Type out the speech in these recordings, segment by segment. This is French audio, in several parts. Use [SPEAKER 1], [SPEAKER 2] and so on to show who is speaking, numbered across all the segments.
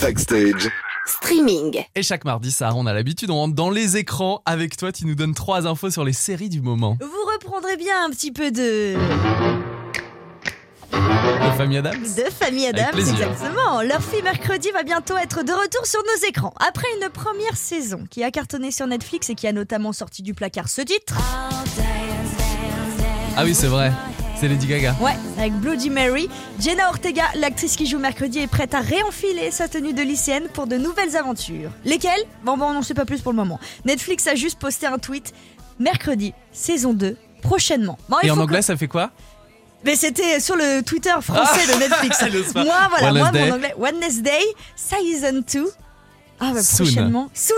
[SPEAKER 1] Backstage.
[SPEAKER 2] Streaming.
[SPEAKER 3] Et chaque mardi, Sarah, on a l'habitude, on rentre dans les écrans avec toi. Tu nous donnes trois infos sur les séries du moment.
[SPEAKER 2] Vous reprendrez bien un petit peu de,
[SPEAKER 3] De Famille Adams
[SPEAKER 2] de Famille
[SPEAKER 3] Avec
[SPEAKER 2] Adams,
[SPEAKER 3] plaisir.
[SPEAKER 2] exactement. Leur film mercredi va bientôt être de retour sur nos écrans. Après une première saison qui a cartonné sur Netflix et qui a notamment sorti du placard ce titre.
[SPEAKER 3] Ah oui, c'est vrai. C'est Lady Gaga.
[SPEAKER 2] Ouais, avec Bloody Mary, Jenna Ortega, l'actrice qui joue mercredi, est prête à réenfiler sa tenue de lycéenne pour de nouvelles aventures. Lesquelles Bon, bon, on n'en sait pas plus pour le moment. Netflix a juste posté un tweet. Mercredi, saison 2, prochainement. Bon, il
[SPEAKER 3] Et en
[SPEAKER 2] faut que-
[SPEAKER 3] anglais, ça fait quoi
[SPEAKER 2] Mais c'était sur le Twitter français
[SPEAKER 3] Ah.
[SPEAKER 2] de Netflix. hein.
[SPEAKER 3] Elle ose pas.
[SPEAKER 2] moi, voilà, moi,
[SPEAKER 3] Wednesday.
[SPEAKER 2] mon anglais. Wednesday, Season 2. Ah, bah,
[SPEAKER 3] Soon.
[SPEAKER 2] prochainement. Soon.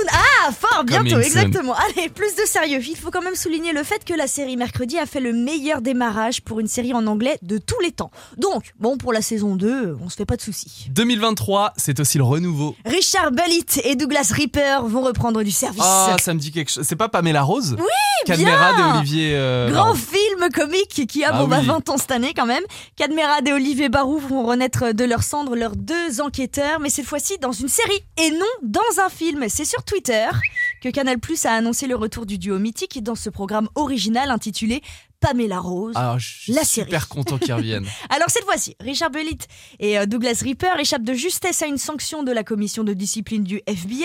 [SPEAKER 2] Ah, fort, bientôt,
[SPEAKER 3] Coming soon.
[SPEAKER 2] exactement. Allez, plus de sérieux. Il faut quand même souligner le fait que la série Mercredi a fait le meilleur démarrage pour une série en anglais de tous les temps. Donc, bon, pour la saison 2, on se fait pas de soucis.
[SPEAKER 3] 2023, c'est aussi le renouveau.
[SPEAKER 2] Richard Bellit et Douglas Reaper vont reprendre du service.
[SPEAKER 3] Ah, ça me dit quelque chose. C'est pas Pamela Rose Oui,
[SPEAKER 2] bien
[SPEAKER 3] Caméra de Olivier. euh,
[SPEAKER 2] Grand
[SPEAKER 3] Baron.
[SPEAKER 2] film comique qui a
[SPEAKER 3] Ah
[SPEAKER 2] bon, bah,
[SPEAKER 3] oui.
[SPEAKER 2] 20 ans cette année quand même. Cadmerade et Olivier Barou vont renaître de leurs cendres leurs deux enquêteurs, mais cette fois-ci dans une série et non dans un film. C'est sur Twitter que Canal Plus a annoncé le retour du duo mythique dans ce programme original intitulé Pamela Rose.
[SPEAKER 3] Alors, Ah, je suis
[SPEAKER 2] La
[SPEAKER 3] super
[SPEAKER 2] série.
[SPEAKER 3] content qu'ils reviennent.
[SPEAKER 2] Alors cette fois-ci, Richard Bellit et euh, Douglas Reaper échappent de justesse à une sanction de la commission de discipline du FBI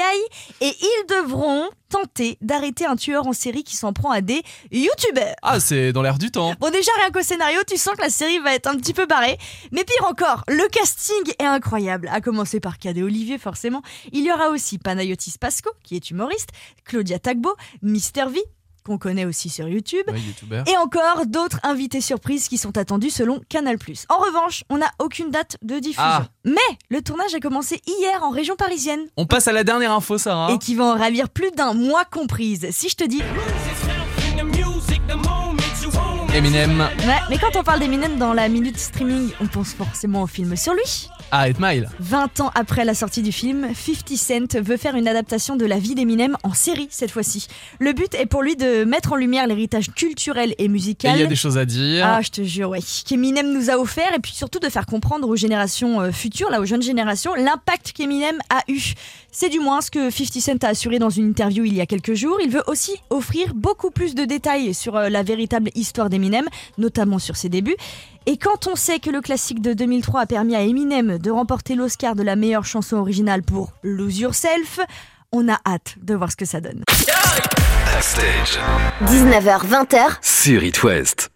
[SPEAKER 2] et ils devront tenter d'arrêter un tueur en série qui s'en prend à des youtubeurs.
[SPEAKER 3] Ah, c'est dans l'air du temps.
[SPEAKER 2] Bon déjà rien qu'au scénario, tu sens que la série va être un petit peu barrée. Mais pire encore, le casting est incroyable. À commencer par Cadet Olivier forcément. Il y aura aussi Panayotis Pasco, qui est humoriste, Claudia Tagbo, Mister V, qu'on connaît aussi sur YouTube.
[SPEAKER 3] Ouais, youtubeur.
[SPEAKER 2] Et encore d'autres invités surprises qui sont attendus selon Canal+. En revanche, on n'a aucune date de diffusion.
[SPEAKER 3] Ah.
[SPEAKER 2] Mais le tournage a commencé hier en région parisienne
[SPEAKER 3] On passe à la dernière info, Sarah.
[SPEAKER 2] et qui va en ravir plus d'un mois comprise. Si je te dis
[SPEAKER 3] Eminem,
[SPEAKER 2] Ouais, mais quand on parle d'Eminem dans la minute streaming, on pense forcément au film sur lui.
[SPEAKER 3] à 8 Mile.
[SPEAKER 2] 20 ans après la sortie du film, 50 Cent veut faire une adaptation de la vie d'Eminem en série cette fois-ci. Le but est pour lui de mettre en lumière l'héritage culturel et
[SPEAKER 3] Et
[SPEAKER 2] musical.
[SPEAKER 3] il y a des choses à dire.
[SPEAKER 2] Ah, je te jure, ouais. Qu'Eminem nous a offert et puis surtout de faire comprendre aux générations euh, futures, là, aux jeunes générations, l'impact qu'Eminem a eu. C'est du moins ce que 50 Cent a assuré dans une interview il y a quelques jours. Il veut aussi offrir beaucoup plus de détails sur euh, la véritable histoire d'Eminem, notamment sur ses débuts. Et quand on sait que le classique de 2003 a permis à Eminem de remporter l'Oscar de la meilleure chanson originale pour Lose Yourself, on a hâte de voir ce que ça donne.
[SPEAKER 1] Backstage.
[SPEAKER 4] 19h, 20h,
[SPEAKER 1] Sur It West.